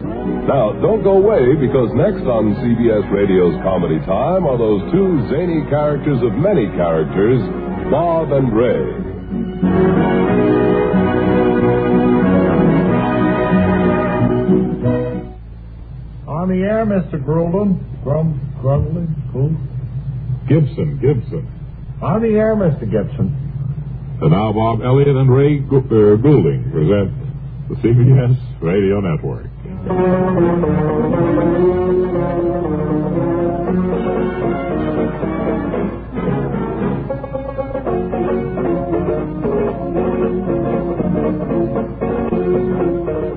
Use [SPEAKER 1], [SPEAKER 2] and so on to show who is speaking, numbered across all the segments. [SPEAKER 1] Now, don't go away because next on CBS Radio's Comedy Time are those two zany characters of many characters, Bob and Ray.
[SPEAKER 2] On the air, Mr. Grulden. Grum, Grundley, Gould.
[SPEAKER 1] Gibson, Gibson.
[SPEAKER 2] On the air, Mr. Gibson.
[SPEAKER 1] And now Bob Elliott and Ray Gu- uh, Goulding present the CBS Radio Network.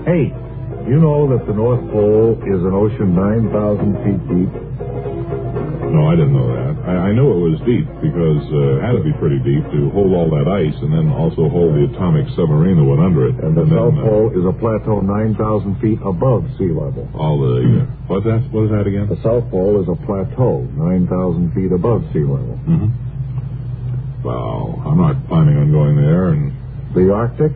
[SPEAKER 2] Hey, you know that the North Pole is an ocean 9,000 feet deep?
[SPEAKER 1] No, I didn't know that. I, I knew it was deep because uh, it had to be pretty deep to hold all that ice and then also hold the atomic submarine that went under it.
[SPEAKER 2] And the
[SPEAKER 1] then,
[SPEAKER 2] South
[SPEAKER 1] uh,
[SPEAKER 2] Pole is a plateau 9,000 feet above sea level.
[SPEAKER 1] all the. uh, what's that? What is that again?
[SPEAKER 2] The South Pole is a plateau 9,000 feet above sea level.
[SPEAKER 1] Mm-hmm. Wow. I'm not planning on going there and.
[SPEAKER 2] The Arctic,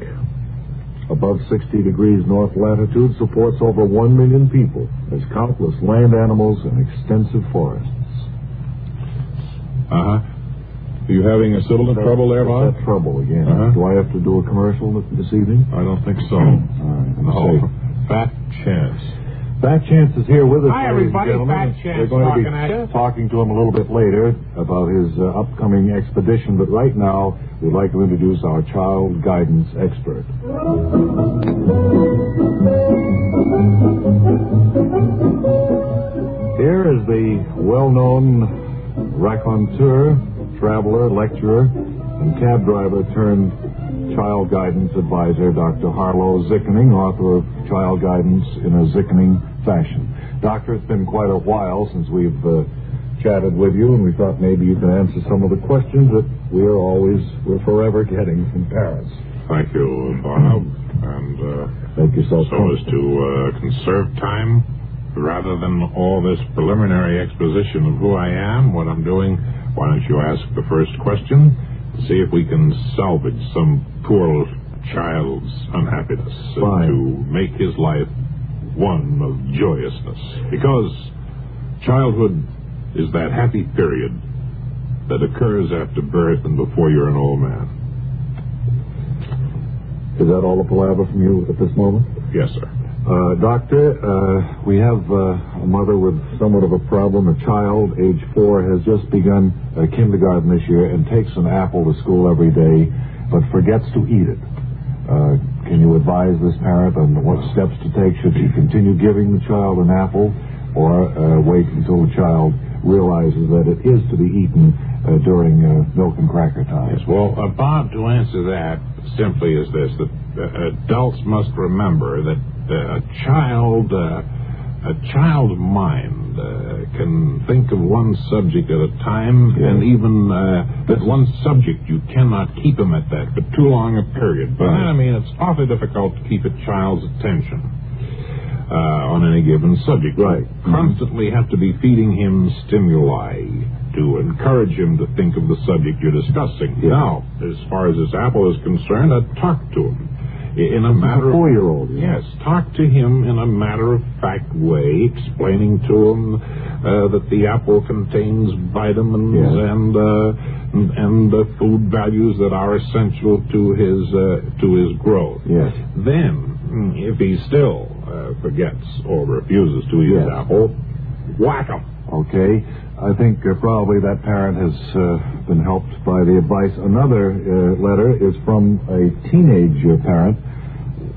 [SPEAKER 2] above 60 degrees north latitude, supports over 1 million people. There's countless land animals and extensive forests.
[SPEAKER 1] Uh huh. Are you having a sibilant trouble there, Bob?
[SPEAKER 2] That trouble again.
[SPEAKER 1] Uh-huh.
[SPEAKER 2] Do I have to do a commercial this evening?
[SPEAKER 1] I don't think so.
[SPEAKER 2] All right, I'm
[SPEAKER 1] No.
[SPEAKER 2] safe.
[SPEAKER 1] Oh, Fat chance.
[SPEAKER 2] Fat Chance is here with us.
[SPEAKER 3] Hi,
[SPEAKER 2] ladies and
[SPEAKER 3] everybody.
[SPEAKER 2] gentlemen.
[SPEAKER 3] Fat Chance
[SPEAKER 2] We're going
[SPEAKER 3] talking at
[SPEAKER 2] to
[SPEAKER 3] you.
[SPEAKER 2] be talking to him a little bit later about his uh, upcoming expedition, but right now we'd like to introduce our child guidance expert. Here is the well-known raconteur, traveler, lecturer, and cab driver turned child guidance advisor, Dr. Harlow Zickening, author of Child Guidance in a Zickening Fashion. Doctor, it's been quite a while since we've uh, chatted with you, and we thought maybe you could answer some of the questions that we're always, we're forever getting from parents.
[SPEAKER 1] Thank you, Bob. And uh,
[SPEAKER 2] Make yourself
[SPEAKER 1] so as to uh, conserve time, rather than all this preliminary exposition of who I am, what I'm doing, why don't you ask the first question? See if we can salvage some poor child's unhappiness and
[SPEAKER 2] Fine.
[SPEAKER 1] to make his life one of joyousness. Because childhood is that happy period that occurs after birth and before you're an old man.
[SPEAKER 2] Is that all the palaver from you at this moment?
[SPEAKER 1] Yes, sir.
[SPEAKER 2] Uh, doctor, uh, we have uh, a mother with somewhat of a problem. A child, age four, has just begun uh, kindergarten this year and takes an apple to school every day, but forgets to eat it. Uh, can you advise this parent on what steps to take? Should she continue giving the child an apple, or uh, wait until the child realizes that it is to be eaten uh, during uh, milk and cracker time?
[SPEAKER 1] Yes, well, uh, Bob, to answer that simply is this that uh, adults must remember that uh, a child, uh, a child mind uh, can think of one subject at a time,
[SPEAKER 2] Yes.
[SPEAKER 1] and even uh, that one subject you cannot keep him at that for too long a period. But I mean, it's awfully difficult to keep a child's attention. uh, on any given subject.
[SPEAKER 2] Right.
[SPEAKER 1] Constantly have to be feeding him stimuli to encourage him to think of the subject you're discussing. Now, as far as this apple is concerned, I talk to him i- in a matter of
[SPEAKER 2] Four-year-old.
[SPEAKER 1] Yes, talk to him in a matter of fact way, explaining to him uh, that the apple contains vitamins
[SPEAKER 2] Yes.
[SPEAKER 1] and uh, and, and uh, food values that are essential to his uh, to his growth.
[SPEAKER 2] Yes.
[SPEAKER 1] Then
[SPEAKER 4] If he still uh, forgets or refuses to eat
[SPEAKER 1] Yes.
[SPEAKER 4] his apple, whack him.
[SPEAKER 1] Okay. I think uh, probably that parent has uh, been helped by the advice. Another uh, letter is from a teenage uh, parent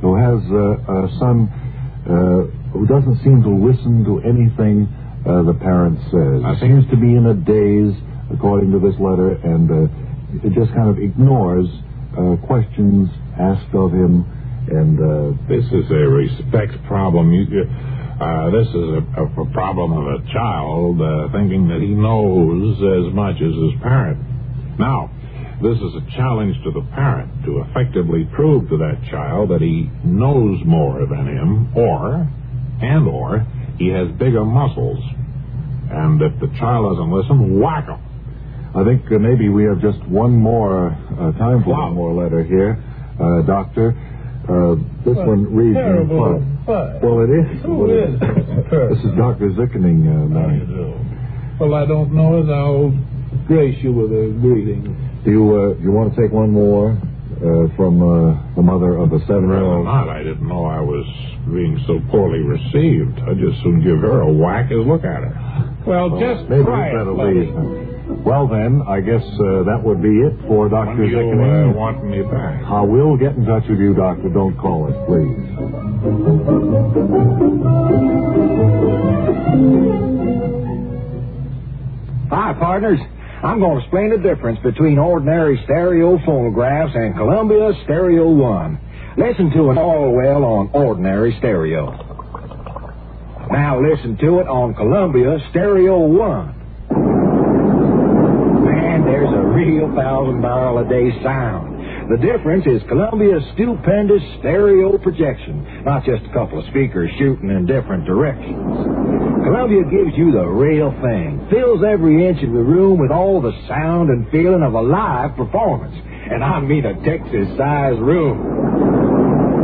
[SPEAKER 1] who has uh, a son uh, who doesn't seem to listen to anything uh, the parent says.
[SPEAKER 4] I think-
[SPEAKER 1] Seems to be in a daze, according to this letter, and uh, it just kind of ignores uh, questions asked of him. And uh,
[SPEAKER 4] This is a respect problem. You, you- uh, this is a, a, a problem of a child uh, thinking that he knows as much as his parent. Now, this is a challenge to the parent to effectively prove to that child that he knows more than him, or and or he has bigger muscles. And if the child doesn't listen, whack him.
[SPEAKER 1] I think uh, maybe we have just one more uh, time for
[SPEAKER 4] Wow.
[SPEAKER 1] one more letter here, uh, Doctor. Uh, this one reads in
[SPEAKER 3] Terrible.
[SPEAKER 1] fun.
[SPEAKER 3] What?
[SPEAKER 1] Well, it is.
[SPEAKER 3] Who
[SPEAKER 1] what it
[SPEAKER 3] is this
[SPEAKER 1] This is
[SPEAKER 3] person?
[SPEAKER 1] Doctor Zickening. Uh,
[SPEAKER 3] How you
[SPEAKER 1] man.
[SPEAKER 3] do? Well, I don't know it. I'll grace you with a greeting.
[SPEAKER 1] do you uh, you want to take one more uh, from uh, the mother of a
[SPEAKER 4] Rather
[SPEAKER 1] seven-year-old?
[SPEAKER 4] not. I didn't know I was being so poorly received. I'd just soon give her a whack as look at her.
[SPEAKER 3] Well, just
[SPEAKER 1] Maybe we
[SPEAKER 3] quiet,
[SPEAKER 1] better
[SPEAKER 3] buddy.
[SPEAKER 1] leave. Well, then, I guess uh, that would be it
[SPEAKER 4] When
[SPEAKER 1] for
[SPEAKER 4] do
[SPEAKER 1] Doctor
[SPEAKER 4] you
[SPEAKER 1] Zickening.
[SPEAKER 4] uh, want me back?
[SPEAKER 1] I will get in touch with you, Doctor. Don't call us, please.
[SPEAKER 2] Hi, partners. I'm going to explain the difference between ordinary stereo phonographs and Columbia Stereo One. Listen to an Orwell on ordinary stereo. Now listen to it on Columbia Stereo One. Man, there's a real thousand barrel a day sound. The difference is Columbia's stupendous stereo projection, not just a couple of speakers shooting in different directions. Columbia gives you the real thing, fills every inch of the room with all the sound and feeling of a live performance. And I mean a Texas sized room.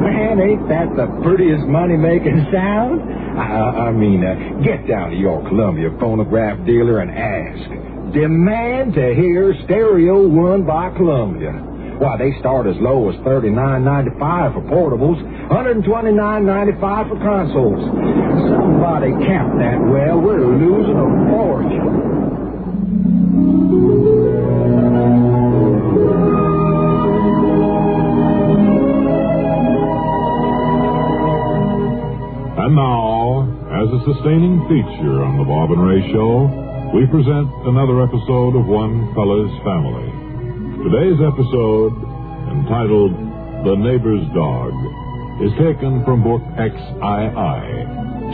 [SPEAKER 2] Man, ain't that the prettiest money making sound? I, I mean, uh, get down to your Columbia phonograph dealer and ask. Demand to hear Stereo 1 by Columbia. Why, they start as low as $39.95 for portables, $129.95 for consoles. Somebody count that well. We're losing a fortune.
[SPEAKER 4] And now, as a sustaining feature on the Bob and Ray Show, we present another episode of One Fella's Family. Today's episode, entitled The Neighbor's Dog, is taken from Book XII,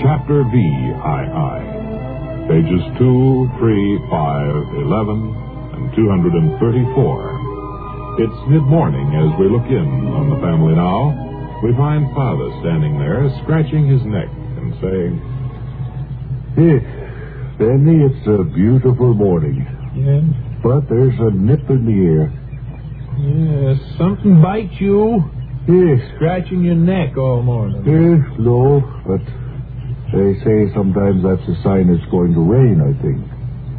[SPEAKER 4] Chapter VII, pages 2, 3, 5, 11, and 234. It's mid morning as we look in on the family now. We find Father standing there, scratching his neck and saying,
[SPEAKER 1] Eh, Benny, it's a beautiful morning,
[SPEAKER 3] Yeah.
[SPEAKER 1] but there's a nip in the air.
[SPEAKER 3] Yeah, something bite you,
[SPEAKER 1] Yes,
[SPEAKER 3] scratching your neck all morning.
[SPEAKER 1] yes, no, but they say sometimes that's a sign it's going to rain, I think.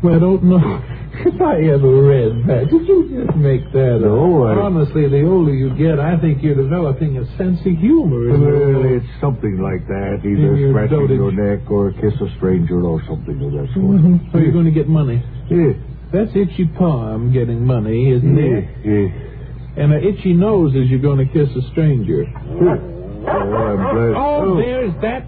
[SPEAKER 3] Well, I don't know if I ever read that. Did you just make that
[SPEAKER 1] No,
[SPEAKER 3] up?
[SPEAKER 1] I-
[SPEAKER 3] Honestly, the older you get, I think you're developing a sense of humor. in your
[SPEAKER 1] Well,
[SPEAKER 3] old-
[SPEAKER 1] it's something like that,
[SPEAKER 3] In
[SPEAKER 1] either
[SPEAKER 3] your
[SPEAKER 1] scratching
[SPEAKER 3] dotage.
[SPEAKER 1] your neck or kiss a stranger or something of that sort.
[SPEAKER 3] Mhm. So you're going to get money.
[SPEAKER 1] Eh,
[SPEAKER 3] That's itchy palm getting money, isn't
[SPEAKER 1] eh,
[SPEAKER 3] it?
[SPEAKER 1] eh.
[SPEAKER 3] And an itchy nose is you're going to kiss a stranger.
[SPEAKER 1] Oh, I'm glad.
[SPEAKER 3] Oh, there's that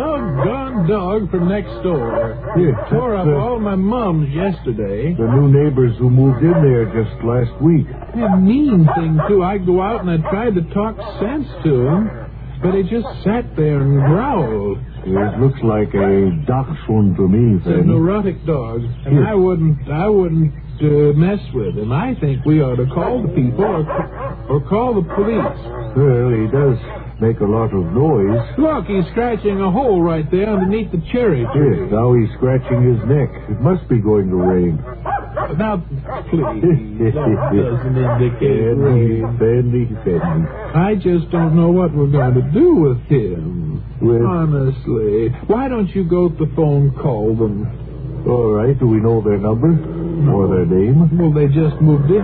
[SPEAKER 3] doggone dog from next door.
[SPEAKER 1] Yeah,
[SPEAKER 3] Tore up
[SPEAKER 1] that's, uh,
[SPEAKER 3] all my mums yesterday.
[SPEAKER 1] The new neighbors who moved in there just last week.
[SPEAKER 3] A mean thing, too. I go out and I tried to talk sense to him, but he just sat there and growled.
[SPEAKER 1] It looks like a dachshund to me,
[SPEAKER 3] It's a
[SPEAKER 1] then.
[SPEAKER 3] neurotic dog, and
[SPEAKER 1] Yeah.
[SPEAKER 3] I wouldn't, I wouldn't uh, mess with him. I think we ought to call the people or, or call the police.
[SPEAKER 1] Well, he does make a lot of noise.
[SPEAKER 3] Look, he's scratching a hole right there underneath the cherry tree.
[SPEAKER 1] Yes, now he's scratching his neck. It must be going to rain.
[SPEAKER 3] Now, please, that doesn't indicate
[SPEAKER 1] Bendy,
[SPEAKER 3] rain.
[SPEAKER 1] Bendy, Bendy.
[SPEAKER 3] I just don't know what we're going to do with him.
[SPEAKER 1] Well,
[SPEAKER 3] Honestly. Why don't you go to the phone, call them?
[SPEAKER 1] all right. Do we know their number or their name?
[SPEAKER 3] Well, they just moved in.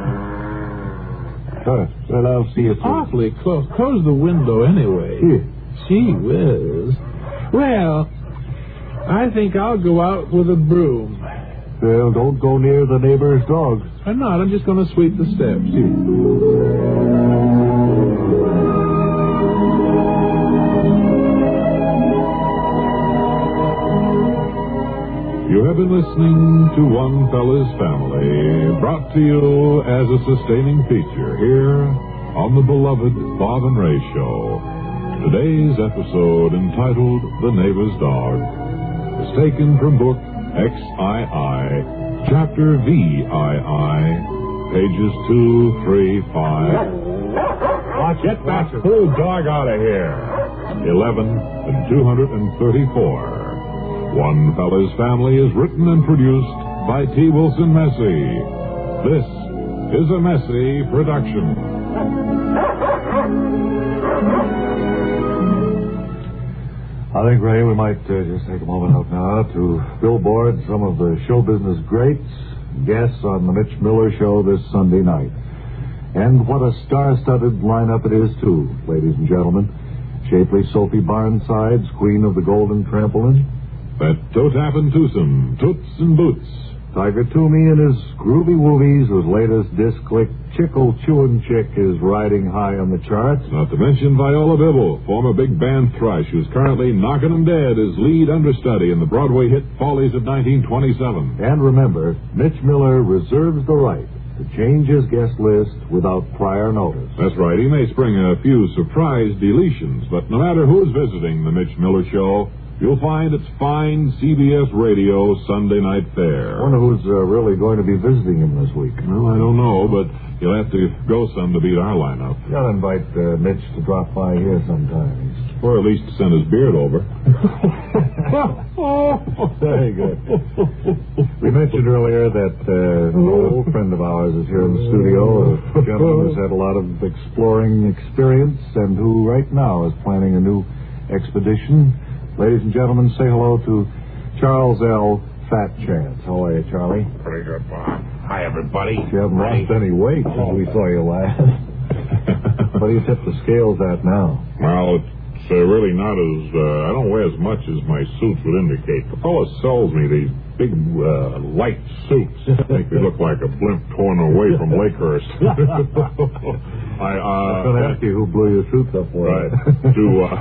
[SPEAKER 1] Huh. Well, I'll see if
[SPEAKER 3] Awfully close. Close the window anyway.
[SPEAKER 1] Here.
[SPEAKER 3] Gee whiz. Well, I think I'll go out with a broom.
[SPEAKER 2] Well, don't go near the neighbor's dog.
[SPEAKER 3] I'm not. I'm just going to sweep the steps.
[SPEAKER 1] You have been listening to One Fella's Family, brought to you as a sustaining feature here on the beloved Bob and Ray Show. Today's episode, entitled The Neighbor's Dog, is taken from book XII, Chapter VII, pages 2, 3, 5.
[SPEAKER 5] Watch
[SPEAKER 1] Get that fool dog out of here! 11 and 234. One Fella's Family is written and produced by T. Wilson Massey. This is a Massey production.
[SPEAKER 2] I think, Ray, we might uh, just take a moment out now to billboard some of the show business greats, guests on the Mitch Miller Show this Sunday night. And what a star-studded lineup it is, too, ladies and gentlemen. Shapely Sophie Barnsides, Queen of the Golden Trampoline.
[SPEAKER 1] That Tote Tap and Twosome, Toots and Boots.
[SPEAKER 2] Tiger Toomey in his groovy woobies, whose latest disc lick, Chickle Chewin' Chick, is riding high on the charts.
[SPEAKER 1] Not to mention Viola Bibble, former big band thrush, who's currently knocking 'em dead as lead understudy in the Broadway hit Follies of 1927.
[SPEAKER 2] And remember, Mitch Miller reserves the right to change his guest list without prior notice.
[SPEAKER 1] That's right. He may spring a few surprise deletions, but no matter who's visiting the Mitch Miller Show, You'll find it's fine CBS radio Sunday night fair.
[SPEAKER 2] I wonder who's uh, really going to be visiting him this week.
[SPEAKER 1] Well, I don't know, but you'll have to go some to beat our lineup.
[SPEAKER 2] You gotta invite uh, Mitch to drop by here sometimes.
[SPEAKER 1] Or at least send his beard over.
[SPEAKER 2] Very good. We mentioned earlier that uh, an old friend of ours is here in the studio, a gentleman who's had a lot of exploring experience and who right now is planning a new expedition. Ladies and gentlemen, say hello to Charles L. Fat Chance. How are you, Charlie?
[SPEAKER 6] Pretty good, Bob. Hi, everybody.
[SPEAKER 2] You haven't
[SPEAKER 6] Hi.
[SPEAKER 2] lost any weight since we saw you last. what do you tip the scales at now?
[SPEAKER 1] Well, it's uh, really not as. Uh, I don't wear as much as my suits would indicate. The fellow sells me these big, uh, light suits. I think they look like a blimp torn away from Lakehurst.
[SPEAKER 2] I
[SPEAKER 1] I,
[SPEAKER 2] was going to
[SPEAKER 1] uh,
[SPEAKER 2] ask you who blew your suits up for.
[SPEAKER 1] right. To, uh,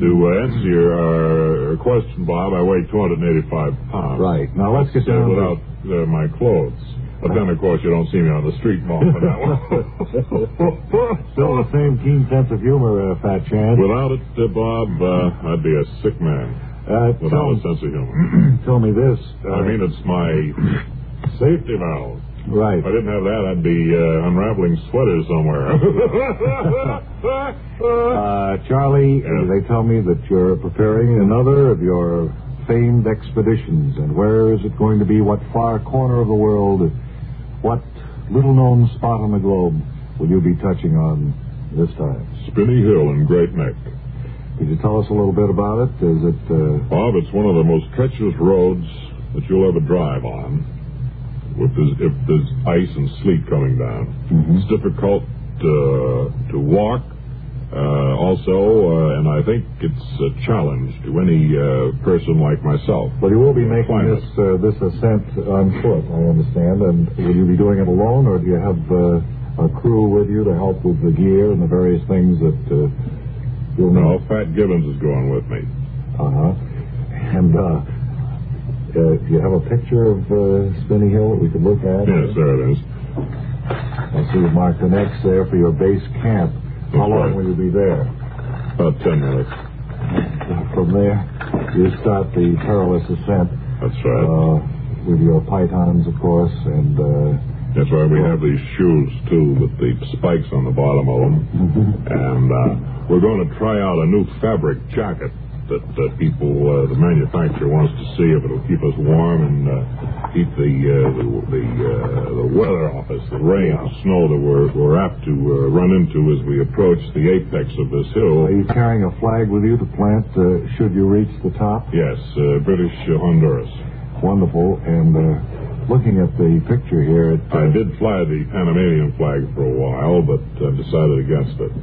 [SPEAKER 1] to uh, answer your uh, question, Bob, I weigh 285 pounds.
[SPEAKER 2] Right. Now let's get
[SPEAKER 1] Said
[SPEAKER 2] down to-
[SPEAKER 1] without uh, my clothes. But then, of course, you don't see me on the street more for that one.
[SPEAKER 2] Still the same keen sense of humor, uh, Fat Chance.
[SPEAKER 1] without it, uh, Bob, uh, I'd be a sick man.
[SPEAKER 2] Uh, tell,
[SPEAKER 1] Without a sense of humor.
[SPEAKER 2] tell me this. Uh,
[SPEAKER 1] I mean, it's my safety valve.
[SPEAKER 2] right.
[SPEAKER 1] If I didn't have that, I'd be uh, unraveling sweaters somewhere.
[SPEAKER 2] Uh, Charlie,
[SPEAKER 1] Yeah.
[SPEAKER 2] they tell me that you're preparing another of your famed expeditions. And where is it going to be? What far corner of the world? What little known spot on the globe will you be touching on this time?
[SPEAKER 1] Spinney Hill in Great Neck.
[SPEAKER 2] Could you tell us a little bit about it? Is it. Uh,
[SPEAKER 1] Bob, it's one of the most treacherous roads that you'll ever drive on. If there's, if there's ice and sleet coming down,
[SPEAKER 2] Mm-hmm.
[SPEAKER 1] it's difficult to, to walk. Uh, also, uh, and I think it's a challenge to any uh, person like myself.
[SPEAKER 2] but you will be making
[SPEAKER 1] Climate.
[SPEAKER 2] this uh, this ascent on foot, I understand. And will you be doing it alone, or do you have uh, a crew with you to help with the gear and the various things that uh, you'll need?
[SPEAKER 1] No, Fat Gibbons is going with me.
[SPEAKER 2] Uh-huh. And, uh, uh, you have a picture of uh, Spinney Hill that we could look at?
[SPEAKER 1] Yes, there it is.
[SPEAKER 2] I see you marked an X there for your base camp. How
[SPEAKER 1] That's
[SPEAKER 2] long
[SPEAKER 1] right.
[SPEAKER 2] will you be there?
[SPEAKER 1] About ten minutes.
[SPEAKER 2] From there, you start the perilous ascent
[SPEAKER 1] That's right.
[SPEAKER 2] uh, with your pythons, of course, and uh,
[SPEAKER 1] That's why we have these shoes, too, with the spikes on the bottom of them.
[SPEAKER 2] Mm-hmm.
[SPEAKER 1] And uh, we're going to try out a new fabric jacket that uh, people, uh, the manufacturer wants to see if it'll keep us warm and uh, keep the uh, the the, uh, the weather off us, the rain and snow that we're, we're apt to uh, run into as we approach the apex of this hill.
[SPEAKER 2] are you carrying a flag with you to plant uh, should you reach the top?
[SPEAKER 1] Yes, uh, British uh, Honduras.
[SPEAKER 2] Wonderful. And uh, looking at the picture here, it,
[SPEAKER 1] I did fly the Panamanian flag for a while, but uh, decided against it.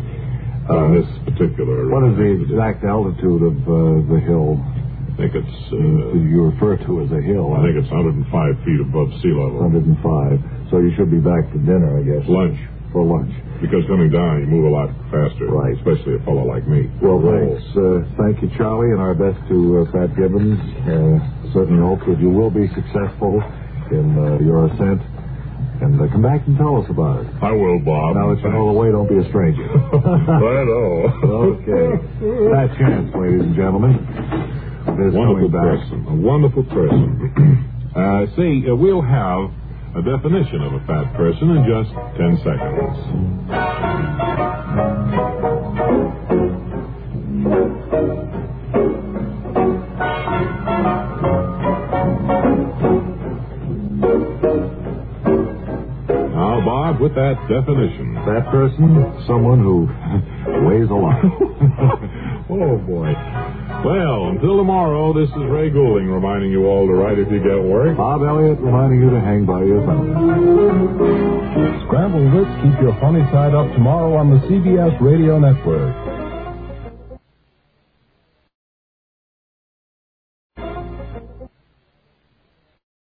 [SPEAKER 1] on this particular.
[SPEAKER 2] What is the exact altitude of uh, the hill?
[SPEAKER 1] I think it's. Uh,
[SPEAKER 2] you refer to as a hill.
[SPEAKER 1] I think it's 105 feet above sea level.
[SPEAKER 2] 105. So you should be back to dinner, I guess.
[SPEAKER 1] Lunch.
[SPEAKER 2] For lunch.
[SPEAKER 1] Because coming down, you move a lot faster.
[SPEAKER 2] Right.
[SPEAKER 1] Especially a fellow like me.
[SPEAKER 2] Well, thanks. Uh, thank you, Charlie, and our best to uh, Pat Gibbons. Uh, certainly hope that you will be successful in uh, your ascent. And uh, come back and tell us about it.
[SPEAKER 1] I will, Bob.
[SPEAKER 2] Now that you know the way, don't be a stranger.
[SPEAKER 1] I know.
[SPEAKER 2] okay. That chance, ladies and gentlemen. There's
[SPEAKER 1] wonderful
[SPEAKER 2] coming back.
[SPEAKER 1] person. A wonderful person. uh, see, uh, we'll have a definition of a fat person in just 10 seconds. Now, Bob, with that definition.
[SPEAKER 2] That person, someone who weighs a lot.
[SPEAKER 1] oh, boy. Well, until tomorrow, this is Ray Goulding reminding you all to write if you get work.
[SPEAKER 2] Bob Elliott reminding you to hang by your phone.
[SPEAKER 5] Scrambled wits keep your funny side up tomorrow on the CBS Radio Network.